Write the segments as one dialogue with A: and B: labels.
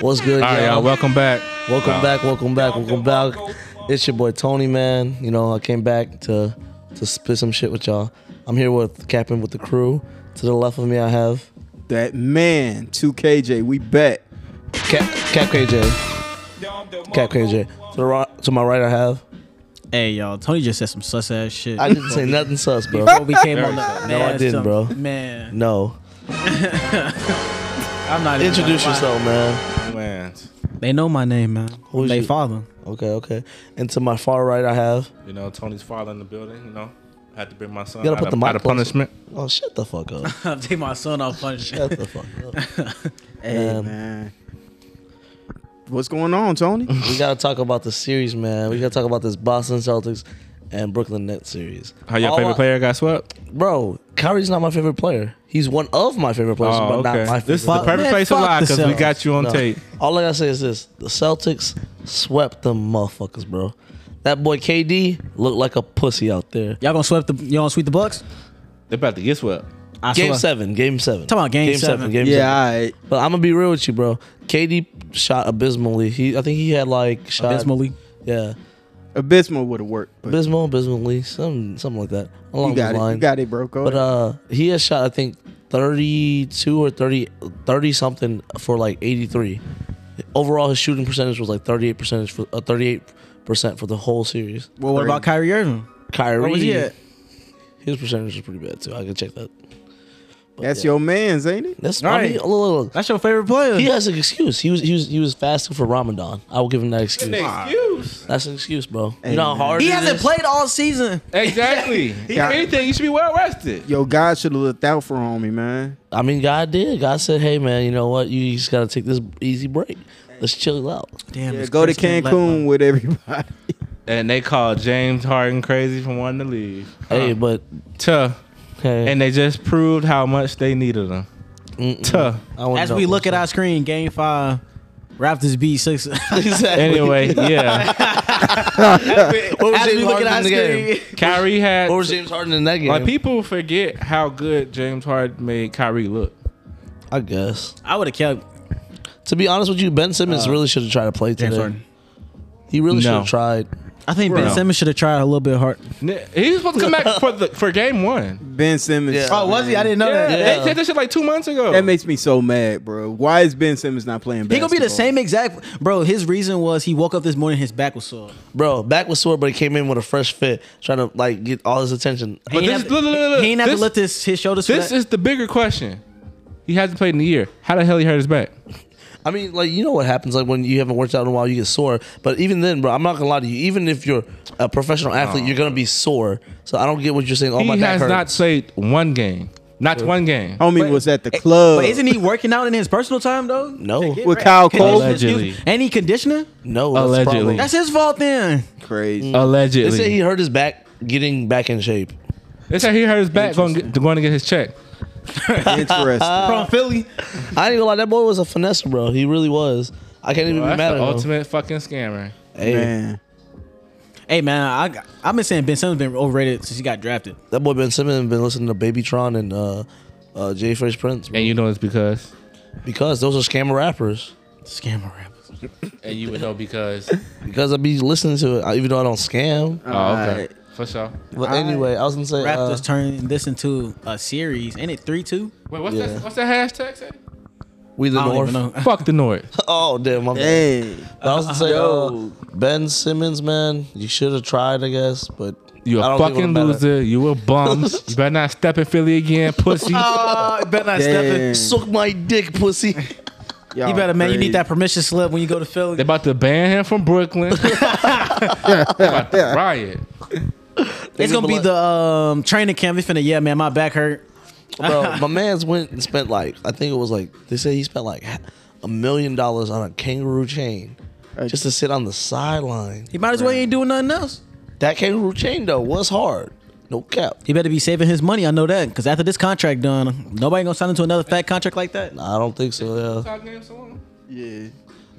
A: What's good,
B: All right,
A: y'all?
B: y'all. Welcome back.
A: Welcome
B: Wow.
A: back, welcome back, welcome back. It's your boy Tony, man. You know, I came back to to spit some shit with y'all. I'm here with Captain with the crew. To the left of me, I have
C: That man, 2KJ, we bet.
A: Cap, Cap KJ. Cap KJ. To the right, to my right, I have.
D: Hey y'all, Tony just said some sus ass shit.
A: I didn't say nothing sus, bro.
D: before we came on the man,
A: No, I didn't,
D: some-
A: bro.
D: Man,
A: No.
D: I'm not. even
A: Introduce
D: gonna lie.
A: yourself, man.
B: Man,
D: They know my name, man.
A: Who is
D: they
A: you?
D: father.
A: Okay, okay. And to my far right, I have.
B: you know Tony's father in the building. You know, I had to bring my son.
A: You gotta put
B: out
A: the
B: of,
A: mic
B: out of
A: closer.
B: punishment.
A: Oh, shut the fuck up.
D: Take my son off punch.
A: Shut the fuck up.
C: Hey,
A: Um,
C: man. What's going on, Tony?
A: We gotta talk about the series, man. We gotta talk about this Boston Celtics and Brooklyn Nets series.
B: How your
A: All
B: favorite
A: I-
B: player got swept?
A: Bro, Kyrie's not my favorite player. He's one of my favorite players,
B: Oh,
A: but not my
B: okay. This is the
A: favorite.
B: perfect
D: Man,
B: place to
D: fuck
B: lie
D: the
B: because we
D: Celtics.
B: got you on
A: No.
B: tape.
A: All I gotta say is this: the Celtics swept them motherfuckers, bro. That boy KD looked like a pussy out there.
D: Y'all gonna sweep the y'all gonna sweep the Bucks?
B: They about to get swept.
D: I
A: Game
D: swear.
A: seven, game seven.
D: Talking about game seven.
A: game
C: yeah,
A: seven.
C: all right.
A: But I'm gonna be real with you, bro. KD shot abysmally. He, I think he had like shot
D: Abysmally.
A: Yeah,
C: Abysmal would have worked, but
A: abysmal, abysmally, some something like that along
C: you got
A: those
C: it.
A: lines.
C: You got it, bro. Go
A: But
C: ahead.
A: uh, he has shot I think 32 or 30, 30 something for like 83. Overall, his shooting percentage was like 38 percentage for uh, 38 percent for the whole series.
D: Well, what about Kyrie Irving?
A: Kyrie,
D: Where Oh, was he at?
A: his percentage was pretty bad too. I can check that. But
C: That's
A: yeah.
C: your man's, ain't it?
A: That's
D: All
A: I mean,
D: right.
A: look, look, look.
D: That's your favorite player.
A: He has an excuse. He was he was he was fasting for Ramadan. I will give him that excuse.
B: Excuse.
A: That's an excuse, bro. You know how
C: Amen.
A: hard
D: He
A: it
D: hasn't
A: is?
D: played all season.
B: Exactly.
C: Yeah.
B: If anything, you should be well rested.
C: Yo, God should have looked out for homie, man.
A: I mean, God did. God said, "Hey, man, you know what? You just gotta take this easy break. Let's chill out."
D: Damn.
C: Yeah,
D: this
C: go to
D: Chris can't let
C: Cancun
D: one.
C: with everybody.
B: And they called James Harden crazy for wanting to leave.
A: Hey,
B: Huh.
A: but
B: Tuh.
A: hey,
B: and they just proved how much they needed him.
A: Mm-mm.
B: Tuh.
A: I wouldn't
D: As
A: know.
D: we look at our screen, game five, Raptors beat six.
A: exactly.
B: Anyway, yeah.
A: what was
D: As
A: James
D: we
A: Harden
D: look at
A: in
D: our
A: the game?
D: screen,
B: Kyrie had
A: What was James Harden in that game?
B: like people forget how good James Harden made Kyrie look.
A: I guess.
D: I would have kept
A: To be honest with you, Ben Simmons really should have tried to play
D: James
A: today.
D: Harden.
A: He really
B: Uh, No.
A: should have tried.
D: I think
B: Bro.
D: Ben Simmons should have tried a little bit hard.
B: N- He was supposed to come back for the for game one.
C: Ben Simmons.
A: Yeah. Oh,
D: was he? I didn't know
B: Yeah,
A: that. Yeah.
B: they said that shit like two months ago.
C: That makes me so mad, bro. Why is Ben Simmons not playing
D: He
C: basketball?
D: gonna be the same exact bro. His reason was he woke up this morning, his back was sore.
A: Bro, back was sore, but he came in with a fresh fit, trying to like get all his attention.
D: He
B: But
D: ain't
B: this-
D: have,
B: look, look, look, look.
D: he ain't have
B: This-
D: to lift his, his shoulders. for
B: this
D: that.
B: is the bigger question. He hasn't played in a year. How the hell he hurt his back?
A: I mean, like you know what happens like when you haven't worked out in a while, you get sore. But even then, bro, I'm not gonna lie to you. Even if you're a professional athlete, you're gonna be sore. So I don't get what you're saying. Oh my
B: he
A: back
B: has
A: hurts. Oh.
B: not played one game. Not one game.
C: Homie
D: But-
C: was at the
D: Hey,
C: club.
D: But isn't he working out in his personal time though?
A: no,
C: With Kyle Cole?
B: Allegedly.
D: And he conditioning?
A: no, that's the
B: Allegedly.
A: problem.
D: That's his fault then.
A: They
C: Crazy.
A: say he
B: Allegedly.
A: hurt his back getting back in shape.
B: They said he hurt his back going, get, going to get his check.
C: Interesting.
D: From Philly.
A: I ain't gonna lie, that boy was a finesse, bro. He really was. I can't even
B: Well,
A: be
B: that's
A: mad at
B: the
A: him.
B: ultimate fucking scammer.
A: Hey,
C: Man.
D: Hey man, I I've been saying Ben Simmons been overrated since he got drafted.
A: that boy Ben Simmons been listening to Babytron and uh, uh, Jay Fresh Prince bro,
B: And you know it's because.
A: because those are scammer rappers.
D: Scammer rappers.
B: And you would know because.
A: Because I be listening to it, uh, even though I don't scam.
B: Oh, okay.
C: Alright.
B: For sure.
A: But anyway, I was gonna say, uh,
D: Raptors turning this into a series. Ain't it three two?
B: Wait, what's,
A: Yeah.
B: that, what's that hashtag say?
A: we the
D: I don't
A: North.
D: even know.
B: Fuck the North.
A: Oh damn, my bad.
C: Dang.
A: But I was gonna say, uh, Ben Simmons, man, you should have tried, I guess, but
B: You
A: I
B: a
A: don't think it
B: fucking
A: would've mattered.
B: loser. You a bum. you better not step in Philly again, pussy.
D: Oh, better not
C: Dang.
A: Suck my dick, pussy.
C: Y'all
D: You better man, you
C: crazy.
D: need that permission slip when you go to
B: They
D: Philly.
B: about to ban him from Brooklyn. They about to riot.
D: It's gonna be the um, training camp. They finna, yeah, man, my back hurt.
A: bro. My man's went and spent like I think it was like they said he spent like ha- a million dollars on a kangaroo chain
C: Uh,
A: just to sit on the sideline.
D: He might as well ain't doing nothing else.
A: That kangaroo chain though was hard, no cap.
D: He better be saving his money. I know that because after this contract done, nobody gonna sign into another fat contract like that.
A: I don't think so. Yeah.
C: Yeah.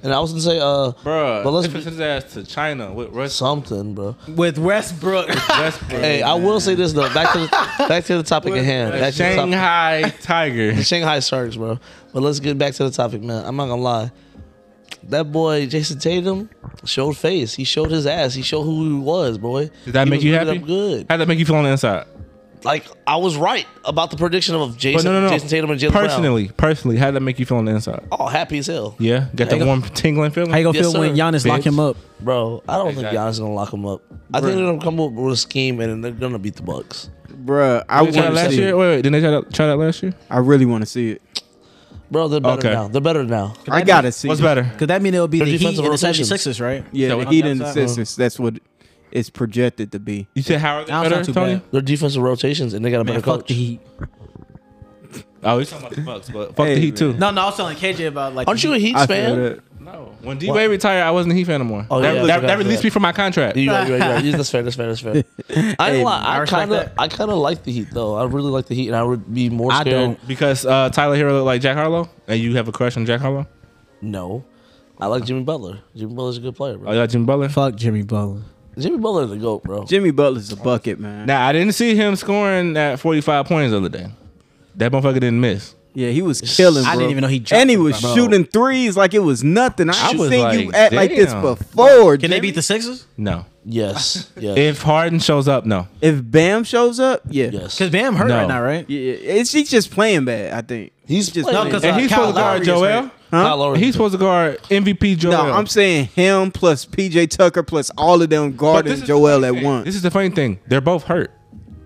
A: And I was gonna say, uh,
B: Bruh,
A: But let's-
B: let's his ass to China with Russ
A: something, bro.
D: With Westbrook,
B: Westbrook.
A: Hey, I will say this though. Back to the back to the topic at hand.
B: The
A: Back to the topic.
B: Shanghai Tiger.
A: Shanghai Sharks, bro. But let's get back to the topic, man. I'm not gonna lie. that boy Jason Tatum showed face. He showed his ass. He showed who he was, boy.
B: Did that
A: He
B: make
A: was
B: you
A: really
B: happy?
A: damn Good.
B: How'd that make you feel on the inside?
A: Like I was right about the prediction of
B: But
A: Jason,
B: no, no, no.
A: Jason Tatum and Jalen Brown.
B: personally, personally, how'd that make you feel on the inside?
A: Oh, happy as hell.
B: Yeah, got
A: Hang
B: that
A: on.
B: warm tingling feeling.
D: How you gonna
A: Yes,
D: feel when
A: sir,
D: Giannis lock
B: bitch.
D: him up?
A: Bro, I don't think
B: Exactly.
A: Giannis is gonna lock him up. I think they're gonna come up with a scheme and they're gonna beat the Bucks.
C: Bruh, I
B: Didn't they try
C: want
B: that
C: to
B: last
C: see
B: year?
C: it.
B: Wait, wait, didn't they try that, try that last year?
C: I really want to see it.
A: Bro, they're better
B: Okay.
A: now. They're better now.
C: I gotta see.
B: What's
C: it.
B: better?
D: Could that mean it'll be
A: Their
D: the Heat and
A: defensive
D: the
A: rotations.
D: 76ers, right?
C: Yeah,
B: So
C: the
B: what-
C: Heat and the
D: Outside.
C: Sixers. That's what it's projected to be.
B: You said how are they
D: Sounds not
B: better,
D: too
B: Tony?
D: bad.
A: Their defensive rotations and they got a
D: Man,
A: better
D: fuck
A: coach.
D: the Heat.
B: Oh, you're talking about the Bucks, but fuck
C: Hey,
B: the Heat too.
D: No, no, I was telling KJ about like.
A: Aren't you a Heat
C: I feel
A: fan?
C: that.
B: No, when D Wade retired, I wasn't a Heat fan anymore.
A: Oh,
B: that,
A: yeah, I
B: that,
A: forgot
B: that released
A: that.
B: me from my contract.
A: You right, you right, you right. Yeah, That's fair. That's fair. That's fair. I ain't
C: Hey,
A: lie.
D: I
A: I
D: respect
A: kind of,
D: that.
A: I kind of like the Heat though. I really like the Heat, and I would be more
D: I
A: scared.
D: don't.
B: Because uh, Tyler Hero looked like Jack Harlow, and you have a crush on Jack Harlow.
A: No, I like Jimmy Butler. Jimmy Butler's a good player,
B: Oh,
A: bro.
B: you like Jim Butler?
D: Fuck Jimmy Butler.
A: Jimmy Butler's a goat, bro.
C: Jimmy Butler's a bucket, man.
B: Now I didn't see him scoring that 45 points the other day. That motherfucker didn't miss.
C: Yeah, he was killing.
D: I didn't
C: bro.
D: even know he jumped
C: And he was
D: bro.
C: shooting threes like it was nothing. I,
B: I was
C: seen you
B: like,
C: act like this
B: damn.
C: before.
D: Can they
C: Jimmy.
D: beat the Sixers?
B: No.
A: Yes, yes,
B: If Harden shows up, no.
C: If Bam shows up, yeah,
A: yes.
D: Because Bam hurt
B: No.
D: right now, right?
C: yeah, it's, he's just playing bad. I think
A: He's
C: just
A: playing.
C: playing.
A: No, 'cause,
B: And
D: uh,
B: he's
D: Kyle
B: supposed to guard
D: Lowry is hurt.
B: Joel.
C: Huh?
A: Kyle Lowry.
B: He's supposed to guard MVP Joel.
C: No, I'm saying him plus PJ Tucker plus all of them
B: But this
C: guarding
B: is the
C: Joel
B: funny
C: at
B: thing. This
C: once.
B: is the funny thing. They're both hurt.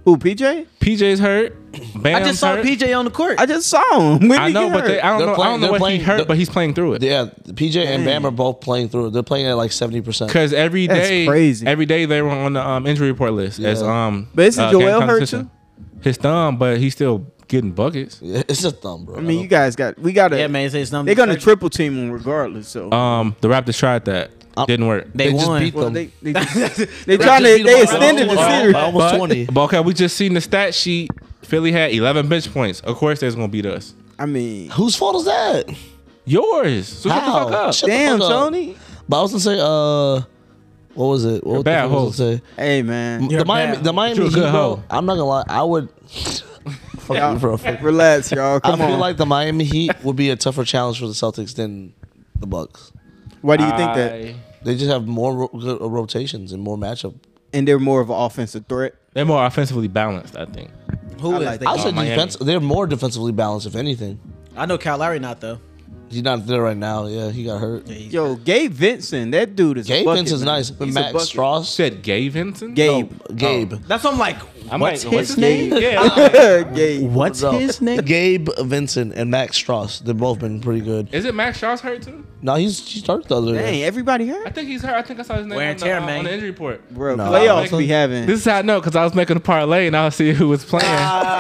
C: Who PJ?
B: PJ's hurt. Bam's
D: I just saw
B: hurt.
D: PJ on the court.
C: I just saw him. When
B: I
C: did he
B: know,
C: get
B: but they,
C: hurt?
B: I don't
A: They're
B: know. I
A: playing-
B: don't know
A: they're
B: what
A: playing-
B: he hurt,
A: they're-
B: but he's playing through it.
A: yeah, PJ and Bam are both playing through. it. They're playing at like seventy percent.
B: Because every
C: That's
B: day-
C: crazy.
B: every day they were on the um, injury report list. As
A: Yeah.
B: um,
C: But isn't
B: game
C: Joel
B: time
C: hurt
B: decision. His thumb, but he's still getting buckets.
A: It's a thumb, bro.
C: I mean, you guys got we got to.
D: yeah, man. It's, it's
C: They're gonna triple team him regardless. So
B: Um, the Raptors tried that,
D: Uh,
A: Um,
B: didn't work.
D: They,
A: They just
D: won.
A: beat-
C: well,
A: them.
C: they they, they trying
A: just
C: to
A: beat
C: they
A: them by
C: extended the
A: almost- by
C: series.
A: almost twenty.
B: But okay, we just seen the stat sheet. Philly had 11 bench points. Of course, they're gonna beat us.
C: I mean,
A: Whose fault is that?
B: Yours. So shut the
A: How?
B: fuck up.
A: Shut the
C: damn,
A: fuck up.
C: Tony.
A: But I was gonna say, uh, what was it? What
B: bad
A: the fuck was I gonna say?
C: Hey, man.
D: You're
A: the Miami,
D: bad.
A: the Miami
B: You're a
A: Heat, bro.
B: good hoe.
A: I'm not gonna lie. I would. fuck you, bro. Fuck you.
C: Relax, y'all.
A: I
C: Come
A: feel
C: on.
A: like the Miami Heat would be a tougher challenge for the Celtics than the Bucks.
C: Why do you think that?
B: I-
A: They just have more ro- good uh, rotations and more matchup.
C: And they're more of an offensive threat.
B: They're more offensively balanced, I think.
D: Who
C: I
D: is
C: like
D: they?
A: I
C: that.
A: would say
B: Miami.
A: defense. They're more defensively balanced, if anything.
D: I know Kyle Lowry not though.
A: He's not there right now. Yeah, he got hurt.
D: Yeah, he's-
C: Yo, Gabe Vincent, that dude is. a
A: Gabe
C: bucket,
A: Vince is
C: man.
A: nice, but
C: He's a
A: Max
C: bucket.
A: Strauss.
B: Said Gabe Vincent.
C: Gabe.
A: Gabe.
D: That's what I'm like.
B: I'm
D: what's
B: like,
D: his
B: what's
D: name?
B: Yeah.
C: Gabe.
D: What's
A: No.
D: his name?
A: Gabe Vincent and Max Strauss. They've both been pretty good.
B: Is it Max Strauss hurt too?
A: No, he's he started the other
C: Dang,
A: day.
C: everybody
B: I
C: hurt.
B: think he's hurt. I think I saw his name
D: Wear
B: on
D: and
B: the,
D: tear,
B: uh,
D: man.
B: on the injury report.
C: Bro,
A: No.
C: playoffs
B: Like-
C: we having.
B: This is how I know because I was making a parlay and I was seeing who was playing. and they
C: Ah.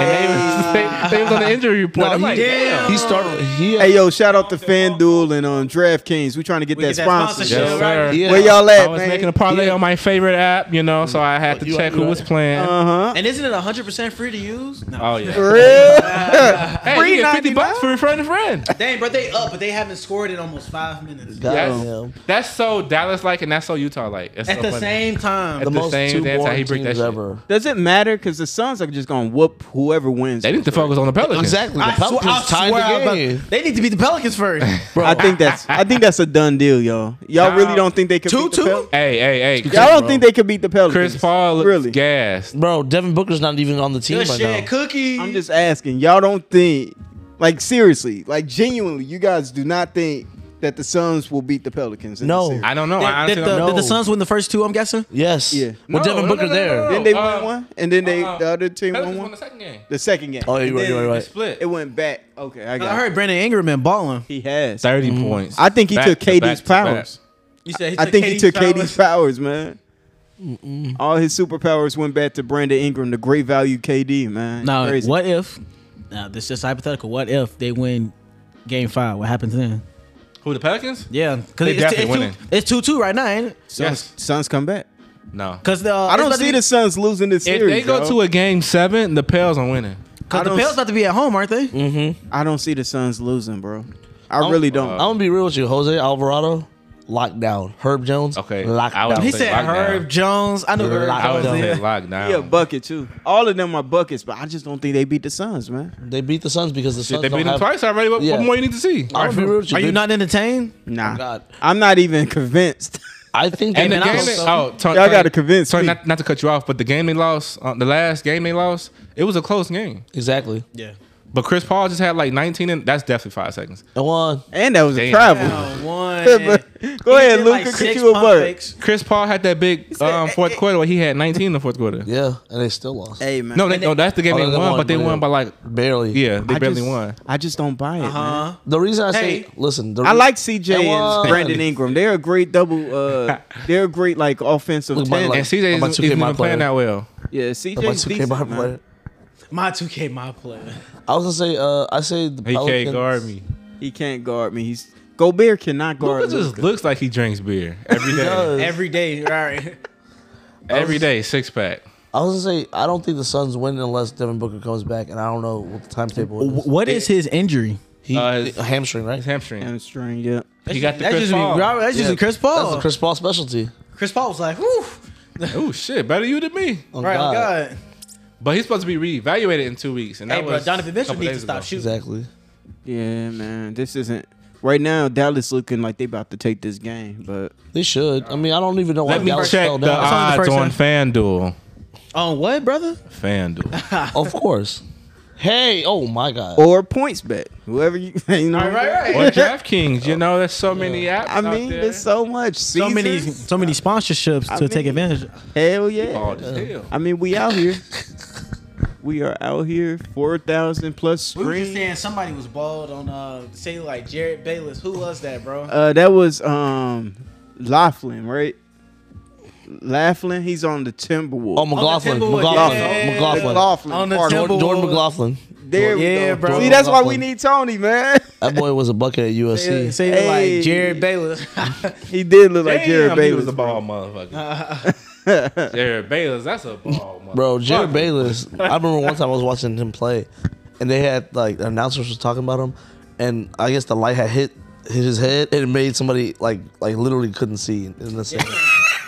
B: was, they, they was on the injury report. I'm
A: he,
B: like, damn.
A: he started. He
C: hey, yo, shout out to FanDuel and um, DraftKings. We trying to get
D: We
C: that
D: get that
C: sponsorship.
B: Yes,
D: sponsorship.
B: sir.
A: Yeah.
C: Where y'all
B: I
C: at,
B: was
C: man?
B: making a parlay
A: Yeah.
B: on my favorite app, you know, so I had to
A: You-
B: check
A: you
B: who was
A: right.
B: playing.
C: uh huh.
D: And isn't it 100 percent free to use? No.
B: Oh yeah.
C: Real?
B: Hey,
C: Free
B: you get 50 bucks
C: 99?
B: for referring a friend.
D: Dang, bro, they up, but they haven't scored in almost five minutes.
A: God
B: That's,
A: damn.
B: that's so Dallas like and that's so Utah like.
D: At the same time,
A: the,
B: the
A: most
B: same
A: two
B: dance how
A: boring
B: he break that
A: teams
B: shit.
A: ever.
C: Does it matter? Because the Suns are just gonna whoop whoever wins.
B: They need to focus on the Pelicans.
A: Exactly. The
D: I swear- I
A: Pelicans tied
D: swear
A: the
D: I'm
A: game.
D: about- they need to beat the Pelicans first.
C: I think that's I think that's a done deal, y'all. Y'all
B: Nah.
C: really don't think they could
D: Two,
C: beat the
D: two?
C: Pel-
B: Hey, hey, hey.
C: Y'all
B: Chris,
C: don't think they could beat the Pelicans?
B: Chris Paul looks
C: really?
B: gassed.
A: Bro, Devin Booker's not even on the team
D: Good
A: right
D: shit,
A: now.
D: cookie.
C: I'm just asking. Y'all don't think, like seriously, like genuinely, you guys do not think that the Suns will beat the Pelicans? In
A: No.
C: the series?
B: I don't know.
D: Did,
B: I honestly
D: did
B: don't
D: the,
B: know.
D: did
A: No.
D: the Suns win the first two? I'm guessing.
A: Yes.
C: Yeah.
A: With
B: No,
A: Devin
B: no,
A: Booker
B: no, no,
A: there.
B: no, no.
C: Then they
B: Uh,
C: won one, and then they
B: uh-uh.
C: the other team won
B: Pelicans won
C: one.
B: the second game.
C: The second game.
A: Oh, yeah, you're right, you're right, you're right.
B: Split.
C: It went back. Okay, I got.
D: I heard Brandon Ingram been balling.
C: he has.
B: 30 points.
C: Mm. I think he took
B: to
C: KD's
B: to back.
C: powers.
D: You said he
C: I think he took KD's powers, man. All his superpowers went back to Brandon Ingram, the great value KD, man.
D: Now,
C: Crazy.
D: what if? Now, this is just hypothetical. What if they win Game Five? What happens then?
B: Who, the Pelicans?
D: Yeah, because
B: They
D: it's,
B: definitely
D: it's,
B: winning.
D: two- it's two two right now. Ain't it?
C: Suns,
B: Yes.
C: Suns come back.
B: No.
D: Cause the,
C: I don't see the Suns losing this
B: If
C: series.
B: they go to a game seven, the Pels are winning.
C: I
D: Cause the
C: don't
D: Pels
C: s-
D: about to be at home, aren't they?
B: Oh,
C: I don't see the Suns losing, bro. I really don't.
B: uh,
A: I'm gonna be real with you, Jose Alvarado. locked down. Herb Jones,
B: Okay,
A: locked
B: I would
A: down.
D: He
B: say
D: said
B: lockdown.
D: Herb Jones. I knew Herb
A: Lockdown.
B: I would
D: Jones.
A: Yeah.
B: say lockdown.
C: Yeah, bucket too. All of them are buckets, but I just don't think they beat the Suns, man.
A: They beat the Suns because the
B: Shit,
A: Suns
B: they
A: don't
B: beat him
A: have-
B: twice already. What,
A: Yeah.
B: what more you need to see?
A: I'll be real with
D: Are
A: they-
D: you not entertained?
B: Oh,
C: Nah,
A: God.
C: I'm not even convinced.
A: I think
B: And the
A: they
B: game,
A: beat
B: they,
A: Suns-
B: oh, Tony,
C: Y'all gotta convince
B: Tony,
C: me.
B: Not, not to cut you off, but the game they lost, uh, the last game they lost, it was a close game.
A: exactly.
D: Yeah.
B: But Chris Paul just had like 19, and that's definitely five seconds.
A: They won.
C: and that was a
B: Damn.
C: travel.
D: one.
C: Go ahead, Luca. could you a buck?
B: Chris Paul had that big um, fourth quarter where he had 19 in the fourth quarter.
A: Yeah, and they still lost.
C: Hey man,
B: No, they, no, that's the game
A: Oh,
B: they
A: they
B: won,
A: won,
B: but they
A: but yeah.
B: won by like,
A: Barely.
B: yeah, they
C: I
B: barely
C: just- Uh-huh.
B: won.
C: I just don't buy it. man.
D: Huh?
A: The reason I say
D: Hey.
A: listen, the
C: I
A: re-
C: like CJ
A: They won.
C: and Brandon Ingram. They're a great double. Uh, they're a great like offensive
A: Look, my
C: tandem.
A: like-
B: And CJ
A: I'm a
B: isn't
A: 2K
B: isn't
A: my
B: even playing
A: player.
B: that well.
C: yeah,
A: my
C: CJ's
A: 2K
C: decent.
A: my
C: man.
A: player.
D: My 2K, my player.
A: I was gonna say, uh, I say the
B: He
A: Pelicans.
B: can't guard me.
C: He can't guard me. He's Gobert cannot guard.
B: Luka just
C: Luka.
B: looks like he drinks beer every day.
A: does.
D: Every day, right?
B: every day, six pack.
A: I was gonna say, I don't think the Suns win unless Devin Booker comes back, and I don't know what the timetable is.
D: What is his injury?
A: He,
B: Uh, his-
A: a hamstring, right?
B: His hamstring.
C: Hamstring, yeah.
B: He got the
D: That's
B: Chris
D: usually,
B: Paul.
D: that's usually Chris Paul.
A: That's the Chris Paul specialty.
D: Chris Paul was like, whew.
B: Oh shit, better you than me.
A: Oh,
D: right,
A: God.
D: oh God.
B: But he's supposed to be reevaluated in two weeks. And that
D: Hey, bro,
B: was
D: Donovan
B: a
D: Mitchell
B: couple
D: needs to
B: days
D: stop
B: ago.
D: shooting.
A: Exactly.
C: Yeah, man. This isn't right now. Dallas looking like they about to take this game, but
A: They should. I mean, I don't even know why
B: Let me
A: Dallas fell
B: check the
A: down.
D: only the
B: odds
D: first
B: on FanDuel.
D: On what, brother?
B: FanDuel.
A: of course. Hey, oh my God.
C: or points bet. Whoever you, you know.
B: or DraftKings. You know, there's so many apps.
C: I mean,
B: out there.
C: there's so much.
D: So many,
C: Caesars.
D: so many sponsorships to take
C: mean-
D: advantage. of.
C: Hell yeah.
B: Bald as hell.
C: I mean, we out here. we are out here. Four thousand plus
D: We were just
C: screen.
D: saying somebody was bald on uh say like Jared Bayless. Who was that, bro?
C: Uh, that was um, Laughlin, right? Laughlin. He's on the Timberwolves.
A: Oh, McLaughlin.
D: Timberwolves,
A: McLaughlin.
D: yeah.
A: McLaughlin.
C: Laughlin.
D: On the
C: Pardon.
D: Timberwolves.
A: Jordan, Jordan McLaughlin.
C: There we
D: Yeah,
C: go.
D: bro.
C: See, that's why we
A: McLaughlin.
C: need Tony, man.
A: That boy was a bucket at
D: say
A: USC.
D: say
C: Hey.
D: like Jared Bayless.
C: He did look like
B: Damn,
C: Jared
B: he
C: Bayless.
B: was a ball motherfucker. Jared Bayless, that's a ball motherfucker.
A: Bro, Jared Bayless. I remember one time I was watching him play, and they had like the announcers was talking about him, and I guess the light had hit hit his head and it made somebody like like literally couldn't see in the scene.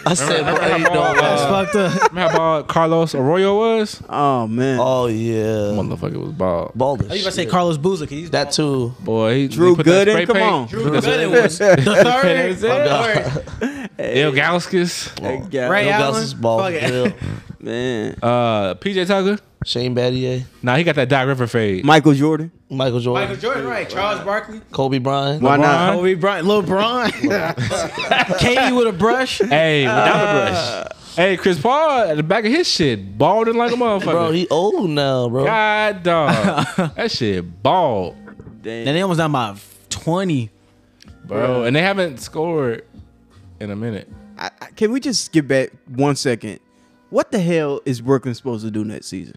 A: I said,
B: Remember
A: bro,
B: how
A: you know, man.
B: bald,
D: That's
B: uh,
D: fucked up.
B: remember how bald Carlos Arroyo was?
C: Oh man.
A: oh yeah,
B: Motherfucker was bald.
A: Baldish.
D: Are you about to say Carlos Boozer? 'Cause he's
A: that too?
B: Boy, he,
C: Drew
B: he put that
C: Gooden,
B: spray
C: come
B: paint-
C: on.
D: Drew Gooden was the third.
A: God.
D: Or
B: Ilgauskas,
C: That guy-
D: Ray
A: Bill
D: Allen.
A: Gauss's bald.
D: Fuck it.
A: Bill.
C: man.
B: uh, PJ Tucker.
A: Shane Battier,
B: Nah, he got that Doc River fade.
C: Michael Jordan.
A: Michael Jordan,
D: Michael Jordan, right? Charles Barkley.
A: Kobe Bryant.
C: Why
B: LeBron.
C: not?
D: Kobe Bryant, LeBron, KD with a brush.
B: Hey, without a brush. Hey, Chris Paul at the back of his shit, balding like a motherfucker.
A: Bro, he old now, bro.
B: God dog, that shit bald,
C: Damn.
D: And they almost down by twenty.
B: bro. And they haven't scored in a minute.
C: I, I, can we just skip back one second? What the hell is Brooklyn supposed to do next season?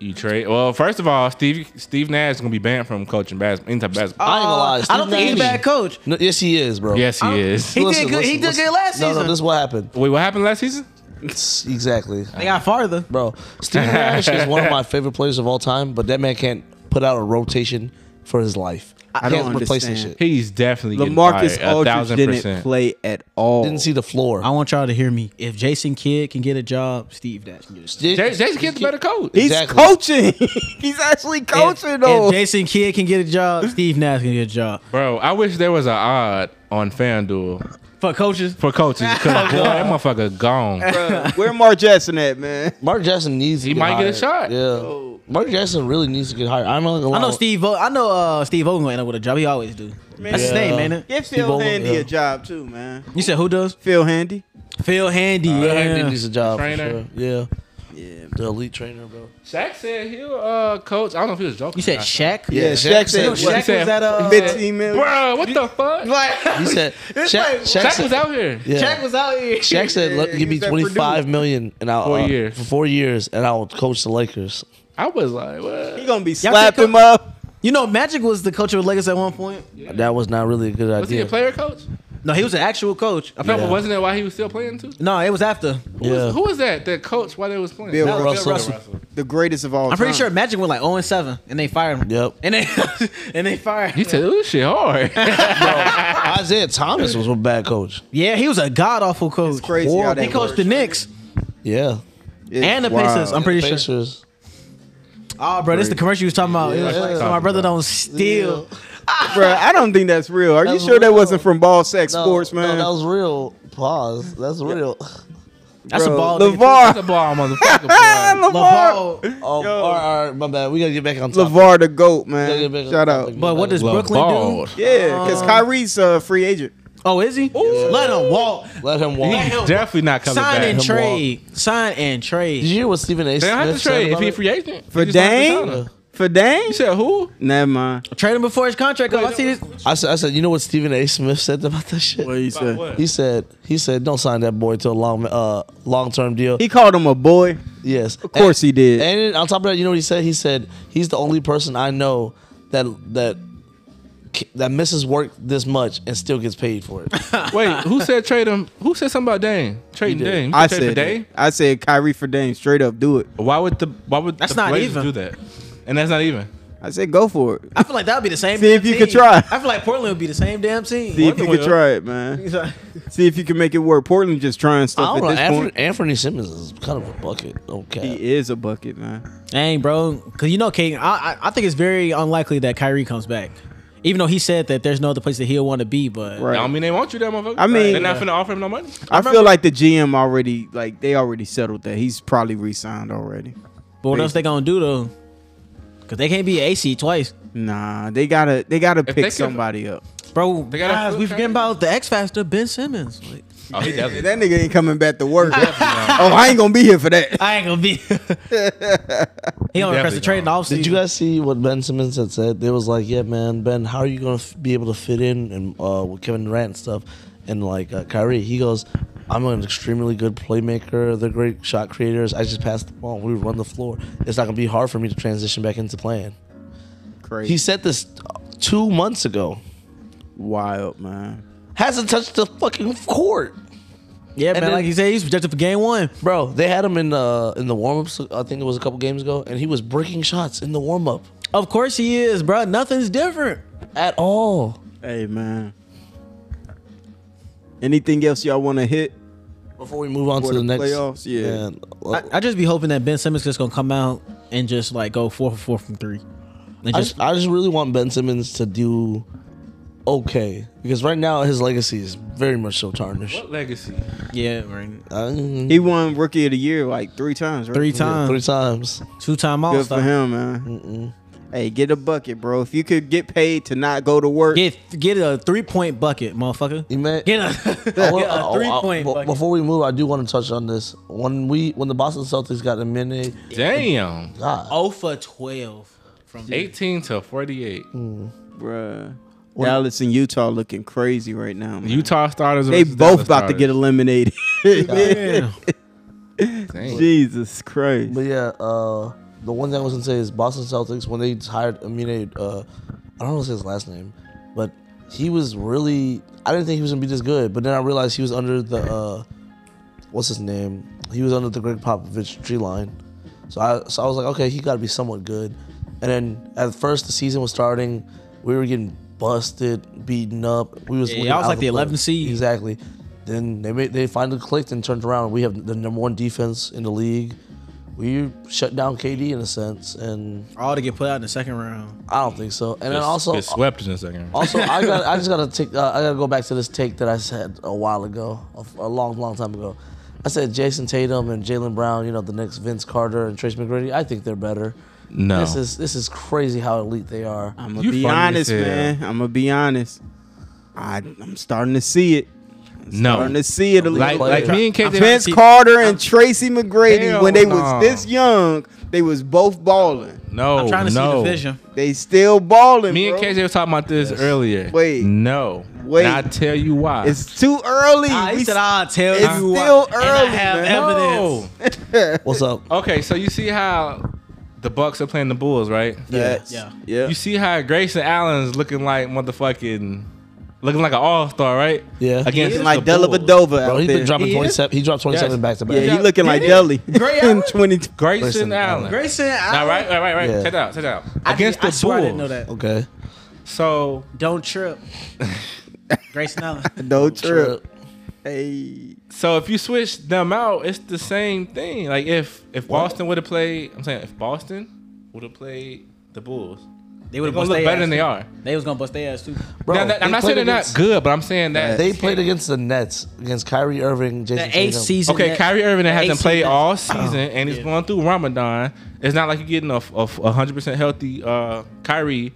B: You trade. Well, first of all, Steve Steve Nash is gonna be banned from coaching basketball, any type of basketball.
A: I ain't gonna lie.
D: I
A: Steve
D: don't think he's a
A: Nash-
D: bad coach.
A: No, yes, he is,
C: Oh,
A: bro.
B: yes, he is.
D: He did good- he did good last
A: No,
D: season.
A: no, this is what happened.
B: Wait, what happened last season?
A: exactly.
D: They got farther.
A: Bro, Steve Nash is one of my favorite players of all time, but that man can't put out a rotation for his life. I,
C: I
A: can't
C: don't
A: replace this
C: understand.
A: shit.
B: He's definitely getting
C: Lamarcus
B: fired, a
C: Aldridge
B: thousand
C: didn't
B: percent.
C: play at all.
A: Didn't see the floor.
D: I want y'all to hear me. If Jason Kidd can get a job, Steve Nash can get a job.
A: J-
B: Jay- Jason Kidd's a better coach.
C: He's
A: Exactly.
C: coaching. He's actually
D: If,
C: coaching
D: if
C: though.
D: Jason Kidd can get a job, Steve Nash can get a job.
B: Bro, I wish there was an odd on FanDuel
D: For coaches,
B: for coaches because boy, that motherfucker gone.
C: Bruh, Where Mark Jackson at, man?
A: Mark Jackson needs to
B: He
A: get
B: might get a
A: hired.
B: shot.
A: Yeah. Mark Jackson really needs to get hired. I'm not gonna lie.
D: I know Steve. O, I know uh, Steve Owen gonna end up with a job. He always do. That's his
A: Yeah.
D: name, ain't it?
C: Give
A: Steve
C: Phil
A: Ballmer,
C: Handy
A: yeah.
C: a job too, man.
D: You said who does?
C: Phil Handy.
D: Phil Handy.
A: Phil Handy
D: yeah.
A: needs a job. For
B: Trainer.
A: sure. Yeah.
C: Yeah.
A: The elite trainer, bro.
B: Shaq said he'll uh, coach. I don't know if he was joking.
D: You
B: or
D: said
B: not.
D: Shaq.
C: Yeah,
A: Shaq
C: Shaq
A: said
C: said
A: what?
D: Shaq
B: He
C: what?
D: was
B: said-
D: at uh,
C: fifteen million.
B: Bro, what the fuck?
A: He said
D: It's
A: Shaq,
D: like-
A: Shaq
B: Shaq
A: said,
B: was out here.
A: yeah.
D: Shaq was out here.
A: Shaq said, "Look,
C: Yeah,
A: give me
C: he's at
A: twenty five
C: Purdue.
A: million, and I'll
B: Four
A: uh,
B: years.
A: for four years, and I'll coach the Lakers."
B: I was like,
C: He
B: what?
C: gonna be
D: think
C: slapping
D: I'm-
C: him up.
D: You know, Magic was the coach of the Lakers at one point.
A: That was not really a good
B: Was he
A: idea.
B: a player coach?
D: No, he was an actual coach.
B: No, but
A: Yeah.
B: wasn't it why he was still playing too?
D: No, it was after.
B: Who,
A: Yeah.
B: was, who was that that coached while they was playing?
C: Bill
B: That was
A: Russell.
B: Bill Russell.
C: the greatest of all
D: I'm pretty
C: time.
D: sure Magic went like 0 and 7, and they fired him.
A: Yep.
D: And they and they fired.
B: You
D: him.
B: said, "Ooh, shit hard."
A: Isaiah Thomas was a bad coach.
D: Yeah, he was a god awful coach.
C: It's crazy how
D: Horrible.
C: that
D: he coached
C: works.
D: the Knicks
A: Yeah.
C: It's
D: and the
C: wild.
D: Pacers. I'm pretty sure.
A: Pacers.
D: Oh, bro, this is the commercial you was talking about. It was
A: Yeah.
D: like, so my brother don't steal.
C: Bruh, I don't think that's real. Are you
A: That's
C: sure that
A: real.
C: wasn't from Ball Sack
A: No,
C: Sports,
A: No,
C: man?
A: that was real. Pause. That's real.
D: That's a
C: Bro,
D: ball. nigga.
B: That's a
C: LeVar.
B: ball,
C: Ah,
B: motherfucker. boy.
C: LeVar.
D: LeVar.
A: Oh, all right, all right, my bad. We gotta get back on top.
C: LeVar the GOAT,
A: Yeah, yeah,
C: man.
A: big-
C: Shout out.
A: big-
D: But what does
B: LeVar.
D: Brooklyn do?
C: Yeah,
D: Uh,
C: because Kyrie's a free agent.
D: Oh, is he? Let him walk.
A: Let him walk.
D: Let him-
B: Definitely not coming
D: Sign
B: back.
D: and trade. Sign and trade.
A: Did you hear what Stephen A.
B: They
A: Smith
B: don't have to
A: said
B: trade if
A: about
B: he a
A: it?
B: free agent.
C: For
B: He just signed
C: Dame?
B: with Donna.
C: For Dame?
B: You said who?
C: Never mind.
D: Trade him before his contract up. I see this.
A: I said, I said, you know what Stephen A. Smith said about that shit?
C: What he said?
A: He said, he said, don't sign that boy to a long, uh, long term deal.
C: He called him a boy.
A: yes,
C: Of course he did.
A: And then on top of that, you know what he said? He said he's the only person I know that that that misses work this much and still gets paid for it.
B: Wait, who said trade him? Who said something about Dame? Trading
A: did.
B: Dame. You
C: I
B: could trade for
C: said,
B: Dame.
C: that. I said Kyrie for Dame. Straight up, do it.
B: Why would the Why would
D: That's
B: the
D: not
B: Blazers
D: even.
B: do that? And that's not even.
C: I said go for it.
D: I feel like that would be the same.
C: See if
D: damn
C: you could
D: team.
C: try.
D: I feel like Portland would be the same damn team.
C: See if you
B: Portland
C: can
B: will.
C: try it, man.
D: I
C: See if you can make it work. Portland just trying
A: I
C: stuff at
A: don't know.
C: this
A: Anthony,
C: point.
A: Anthony Simmons is kind of a bucket. Okay.
C: He is a bucket, man.
D: Dang, bro. Because you know, King, I, I, I think it's very unlikely that Kyrie comes back. Even though he said that there's no other place that he'll want to be, but
B: I
C: Right.
B: don't mean they want you, that motherfucker.
C: I mean-
B: they're not finna offer him no money.
C: I feel like the GM already, like they already settled that. He's probably re-signed already.
D: but what else they gonna do though? Because they can't be AC twice,
C: Nah, they gotta, they gotta
B: they
C: pick
B: can-
C: somebody up.
D: bro.
B: They gotta
D: Guys,
B: fill Kyrie.
D: we forgetting about the X Factor, Ben Simmons. Like,
B: Oh, he
C: Yeah,
B: definitely.
C: that nigga ain't coming back to work. oh, I ain't gonna be here for that.
D: I ain't gonna be. he don't request
B: definitely
D: a trade in the offseason.
A: Did you guys see what Ben Simmons had said? They was like, "Yeah, man, Ben, how are you gonna f- be able to fit in and uh, with Kevin Durant and stuff, and like uh, Kyrie?" He goes, "I'm an extremely good playmaker. They're great shot creators. I just pass the ball. We run the floor. It's not gonna be hard for me to transition back into playing."
C: Crazy,
A: He said this uh, two months ago.
C: wild man.
A: Hasn't touched the fucking court,
D: Yeah, man.
A: then-
D: like you said, he's projected for game one.
A: bro. They had him in the in the warm ups. I think it was a couple games ago, and he was breaking shots in the warm up
D: Of course he is, bro. Nothing's different.
A: at all.
C: Hey man. Anything else y'all want to hit?
A: Before we move on
C: For
A: to the,
C: the
A: next
C: playoffs, yeah.
A: Man,
D: I, I just be hoping that Ben Simmons just gonna come out and just like go four for four from three. And
A: I
D: just,
A: just, I just really want Ben Simmons to do okay because right now his legacy is very much so tarnished.
B: What legacy?
D: yeah, right.
A: Uh,
C: He won Rookie of the Year like three times. Right?
D: Three
A: yeah,
D: times,
A: three times.
D: two time All
C: Good for
D: Star.
C: him, man. Hey, get a bucket, bro. If you could get paid to not go to work,
D: Get get a three point bucket, motherfucker.
A: You may-
D: Get a,
A: I
B: Oh,
A: wanna-
D: get a
A: I-
D: three
A: I-
D: point
A: be-
D: bucket.
A: Before we move, I do want to touch on this. When we when the Boston Celtics got a minute,
B: Damn.
A: God,
D: oh for twelve from
B: 18 to 48.
C: bruh. Dallas and Utah looking crazy right now. Man.
B: Utah starters.
C: they both about to get eliminated.
D: Yeah.
B: a.
C: Jesus Christ.
A: but yeah, uh, the one thing I was gonna say is Boston Celtics when they hired Amine, uh, I don't know what's his last name, but he was really. I didn't think he was gonna be this good, but then I realized he was under the. Uh, what's his name? He was under the Greg Popovich tree line. So I so I was like, okay, he got to be somewhat good. And then at first the season was starting, we were getting busted, beaten up. We was
D: Yeah,
A: looking
D: y'all was
A: out
D: like the
A: playoffs.
D: 11th seed.
A: exactly. Then they made, they finally clicked and turned around. We have the number one defense in the league. We shut down KD in a sense, and
D: all to get put out in the second round.
A: I don't think so. And then also
B: Get swept in a second.
A: also, I got. I just gotta take. Uh, I gotta go back to this take that I said a while ago, a, a long, long time ago. I said Jason Tatum and Jalen Brown. You know, the next Vince Carter and Trace McGrady. I think they're better.
B: No.
A: This is this is crazy how elite they are.
C: I'm gonna
B: You
C: be
B: funny
C: honest,
B: as hell.
C: man. I'm gonna be honest. I, I'm starting to see it.
B: no.
C: Starting to see it a little.
B: Like, like me and KJ.
C: Vince Carter and Tracy McGrady,
B: Hell
C: when they
B: nah.
C: was this young, they was both balling.
B: No.
D: I'm trying to
B: Oh, no.
D: see the vision.
C: They still balling.
B: Me and
C: bro.
B: KJ were talking about this earlier.
C: Wait.
B: No.
C: Wait.
B: And I tell you why.
C: It's too early.
D: I
C: We
D: Ah, said I'll tell
C: it's
D: you. why,
C: still
D: and I
C: early,
D: have
C: man.
D: evidence.
B: No.
A: What's up?
B: Okay, so you see how the Bucks are playing the Bulls, right?
C: That's-
D: Yeah.
C: yeah.
B: You see how Grayson Allen's looking like motherfucking looking like an all star, right?
A: Yeah. He
B: against
C: He's like
B: the Bulls.
C: Dellavedova out
A: Bro, he's
C: there.
A: been dropping
B: He is?
A: 27. He dropped 27
B: Yes.
A: back to
C: yeah,
A: back.
C: he looking like
B: Did he?
C: Delly
D: Gray
C: in
D: Allen?
C: twenty.
B: Grayson
A: Listen,
B: Allen.
D: Grayson, I,
B: Now, right, right, right, right.
A: Yeah.
B: Check that out. Check that out.
D: I
B: Against
D: did- I
B: the
D: swear I
B: Bulls.
D: didn't know that.
A: Okay.
B: So
D: Don't trip. Grayson Allen.
C: No trip. Hey,
B: So if you switch them out, it's the same thing. Like if if Boston would have played, I'm saying if Boston would have played the Bulls,
D: They
B: they're
D: would have
B: gonna
D: bust
B: look
D: their
B: better
D: ass.
B: than they are.
D: They was gonna bust their ass too.
A: Bro,
B: Now, that-
A: they
B: I'm not saying
A: played
B: they're
A: against-
B: not good, but I'm saying that
A: They played against the Nets against Kyrie Irving, Jason
D: The eighth
A: Tatum.
D: season.
B: Okay,
D: that-
B: Kyrie Irving
D: the
B: hasn't
D: eighth
B: played
D: season.
B: all season,
A: Oh,
B: and he's
D: yeah.
B: going through Ramadan. It's not like you're getting a f- a f- a hundred percent healthy uh, Kyrie.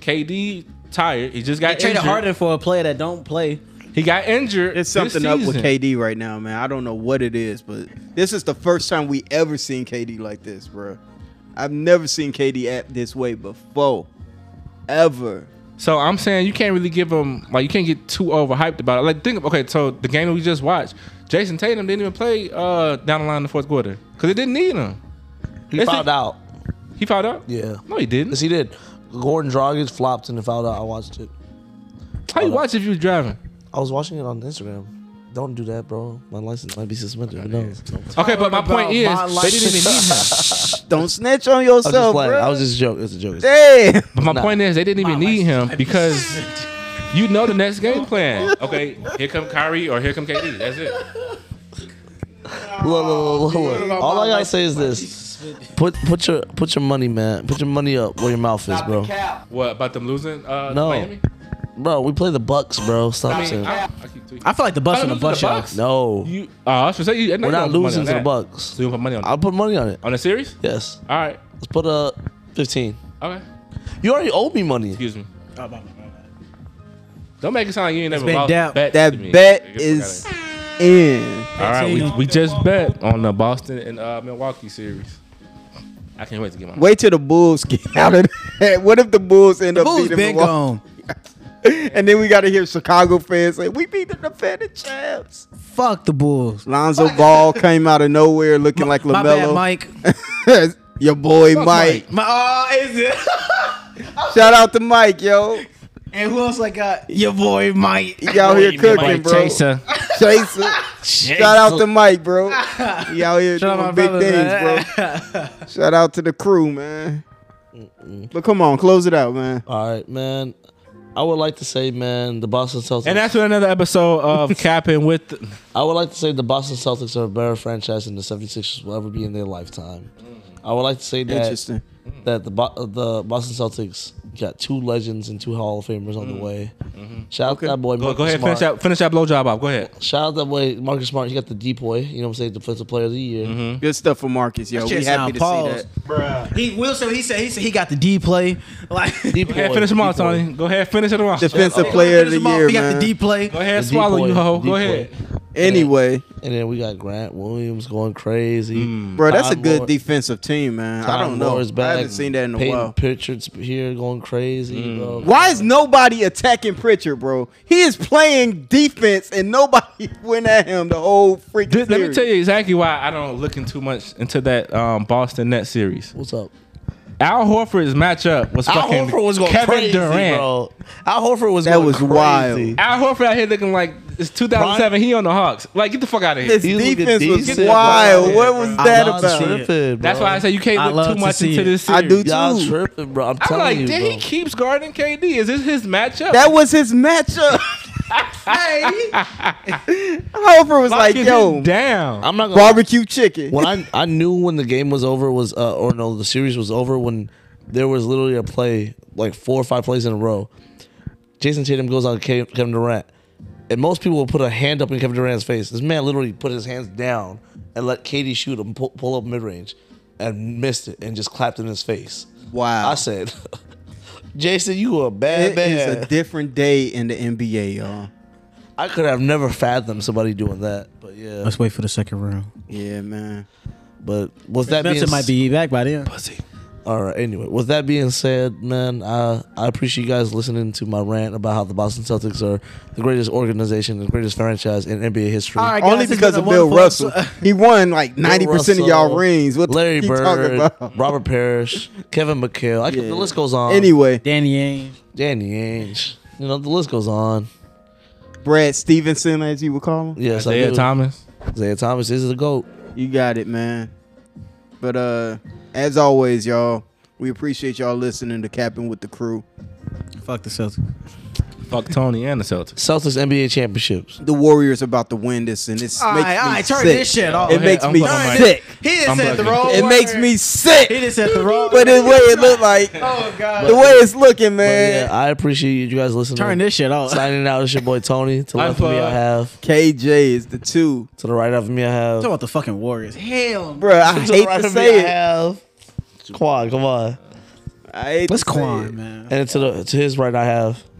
B: KD tired. He just
D: They
B: got
D: traded
B: injured.
D: Harden for a player that don't play.
B: He got injured.
C: there's
B: this
C: something up with
B: season.
C: KD right now, man. I don't know what it is, but this is the first time we ever seen KD like this, bro. I've never seen KD act this way before, ever.
B: So I'm saying you can't really give him like you can't get too overhyped about it. Like think of- okay, so the game that we just watched, Jason Tatum didn't even play uh, down the line in the fourth quarter because it didn't need him.
A: He
B: It's
A: fouled
B: a-
A: out.
B: He fouled out.
A: Yeah.
B: No, he didn't.
A: Yes, he did. Gordon Dragic flopped and fouled out. I watched it.
B: How you watch if you was driving?
A: I was watching it on Instagram. Don't do that, bro. My license might be suspended. Who knows?
B: Okay, but my
D: about
B: point is
D: my
B: they didn't even need him.
C: Don't snitch on
A: I was just
C: yourself,
A: playing.
C: bro.
A: I was just joking. It was a joke.
C: Damn.
B: But my
A: Nah.
B: point is they didn't even
D: My
B: need
D: license
B: him because you know the next game plan. Okay, here come Kyrie or here come KD. That's it.
A: Look, look, look, look, look. All I gotta say is this: put put your put your money, man. Put your money up where your mouth is, bro.
B: What about them losing? Uh,
A: No.
B: Miami.
A: Bro, we play the Bucks, bro.
B: I
A: Stop
B: mean,
A: saying.
B: I, I keep tweeting.
D: I feel like the
B: How
D: bus
B: you
D: on the
B: losing
D: bus
B: to the
D: y'all.
B: Bucks?
A: No,
B: You, uh, I was gonna say you.
A: we're not losing to the
B: buck.
A: Bucks.
B: So you gonna put money on?
A: I'll
B: that.
A: put money on it.
B: on the series?
A: Yes,
B: All right.
A: let's put uh fifteen.
B: Okay.
A: You already owe me money.
B: Excuse me.
D: Oh, my- my- my- my.
B: Don't make it sound like you ain't never
D: been
B: lost
D: down-
B: bets to me.
C: That bet
B: Get the fuck
C: is
B: outta here.
C: in.
B: All right, we,
D: Continue.
B: we just bet on the Boston and uh, Milwaukee series. I can't wait to get my.
C: Wait till the Bulls get out of that. What if the Bulls end up
E: Bulls
C: beating
E: been
C: Milwaukee?
E: gone.
C: And then we got to hear Chicago fans say, "We beat the defending champs."
E: Fuck the Bulls.
C: Lonzo Ball came out of nowhere looking like
E: My bad,
C: Lamelo.
E: Mike.
C: Your boy Mike.
E: My, oh, is it?
C: Shout out to Mike, yo.
E: and who else I got? Your boy Mike.
C: He out here cooking, bro. Chaser. Shout out to Mike, bro. He out here
E: Shout
C: doing
E: out
C: big
E: my
C: things, bro. Shout out to the crew, man. But come on, close it out, man.
A: All right, man. I would like to say, man, the Boston Celtics.
B: And that's been another episode of capping with.
A: I would like to say the Boston Celtics are a better franchise than the 76ers will ever be in their lifetime. I would like to say that
C: Interesting.
A: that the Bo- uh, the Boston Celtics got two legends and two Hall of Famers on the way. Shout out to that boy.
B: Mm. Mm-hmm. Go,
A: Marcus
B: go ahead,
A: Smart.
B: finish that finish that blowjob off. Go ahead.
A: Shout out that boy, Marcus Smart. He got the depoy. You know what I'm saying? Defensive Player of the Year.
B: Mm-hmm.
C: Good stuff for Marcus, yo. We
E: shit sound
C: happy to see
E: paused.
C: that.
E: He Wilson. He said. He said he got the D play. Like
A: Depoy,
B: Go ahead, finish them off,
A: depoy.
B: Tony. Go ahead, finish it off. Go
C: Defensive player of the
E: Finish him off.
C: year,
E: He got
C: man.
E: the D play.
B: ahead,
A: The
B: swallow
A: depoy,
B: you, ho. Go
A: depoy.
B: ahead.
C: Anyway,
A: And then we got Grant Williams going crazy.
B: Mm.
C: bro, that's a
A: Todd
C: good
A: Moore-
C: defensive team, man. I
A: Todd
C: don't know.
A: Moore's back.
C: I haven't seen that in a
A: Peyton
C: while.
A: Pritchard's here going crazy. Bro.
B: Mm.
C: Why is nobody attacking Pritchard, bro? He is playing defense and nobody went at him the whole freaking
B: Th- Let me
C: series.
B: tell you exactly why I don't look in too much into that um, Boston Net series.
A: What's up?
B: Al Horford's matchup was
A: Al
B: fucking
A: Horford was going
B: Kevin
A: crazy,
B: Durant.
A: bro. Al Horford was
C: That
A: going
C: was
A: crazy.
C: wild.
B: Al Horford out here looking like it's 2007. He on the Hawks. Like get the fuck out of here.
C: His
A: He's looking
C: defense was
A: decent, bro.
C: wild.
B: Yeah,
C: what
B: bro.
C: was
B: I
C: that
A: Y'all
C: about?
D: it.
A: tripping,
B: That's
A: bro.
B: why I say you
E: I
B: can't look
E: love
B: too
E: to
B: much
E: see
B: into
E: it.
B: this
C: I
B: series.
C: do
A: Y'all
C: Dude.
A: tripping, bro. I'm
B: I'm
A: telling
B: like,
A: you,
B: did
A: bro.
B: he keeps guarding KD? Is this his matchup?
C: That was his matchup.
E: Hey,
C: Hofer was like,
B: is
C: yo,
B: down.
A: I'm not gonna.
C: barbecue chicken.
A: When I I knew when the game was over was uh, or no the series was over when there was literally a play like four or five plays in a row. Jason Tatum goes on Ke- Kevin Durant, and most people will put a hand up in Kevin Durant's face. This man literally put his hands down and let Katie shoot him pull, pull up mid range, and missed it and just clapped in his face.
C: Wow.
A: I said, Jason, you a bad
C: It
A: man.
C: is a different day in the NBA, y'all.
A: I could have never fathomed somebody doing that, but yeah.
D: Let's wait for the second round.
C: Yeah, man.
A: But with that being
D: Benson might
A: s-
D: be back by then.
A: All right. Anyway, with that being said, man, I I appreciate you guys listening to my rant about how the Boston Celtics are the greatest organization, the greatest franchise in NBA history.
E: All right, guys,
C: Only
E: it's
C: because
E: been
C: of
E: a
C: Bill
E: wonderful-
C: Russell. He won like
A: Bill
C: 90% of y'all
A: Russell,
C: rings. What
A: Larry
C: the fuck you
A: Bird,
C: talking about?
A: Robert Parrish, Kevin McHale. I, could The list goes on.
C: Anyway,
D: Danny Ainge.
A: Danny Ainge. You know the list goes on.
C: Brad Stevenson, as you would call him.
A: Yes, I
B: Isaiah
A: do.
B: Thomas.
A: Isaiah Thomas is the goat.
C: You got it, man. But uh, as always, y'all, we appreciate y'all listening to Capping with the Crew.
D: Fuck the Celtics.
B: Fuck Tony and the Celtics.
A: Celtics NBA championships.
C: The Warriors about to win this, and it's
E: All
C: makes
E: right,
C: me
E: all right, turn
C: sick.
E: this shit off.
C: It
A: Oh,
B: Hey,
C: makes
B: I'm
C: me
B: fucking right.
C: sick.
E: He didn't
B: I'm
E: say the
B: bugging.
E: wrong
C: It
E: word.
C: makes me sick.
E: He just said the wrong
C: But the way it look like,
E: Oh, God.
C: the way it's looking,
A: But
C: man.
A: yeah, I appreciate you guys listening.
D: Turn this shit off.
A: Signing out. It's your boy Tony. To
B: I'm
A: left of me, I
B: fine.
A: have.
C: KJ is the two,
A: To the right of me, I have.
D: Talk about the fucking Warriors.
E: Hell.
C: bro. I
A: To the
C: hate
A: right
C: to
A: of me, I
C: say it.
A: have. Quan, come on.
C: I hate
D: What's
C: to say
D: Quan,
C: it.
D: man?
A: And to the to his right, I have.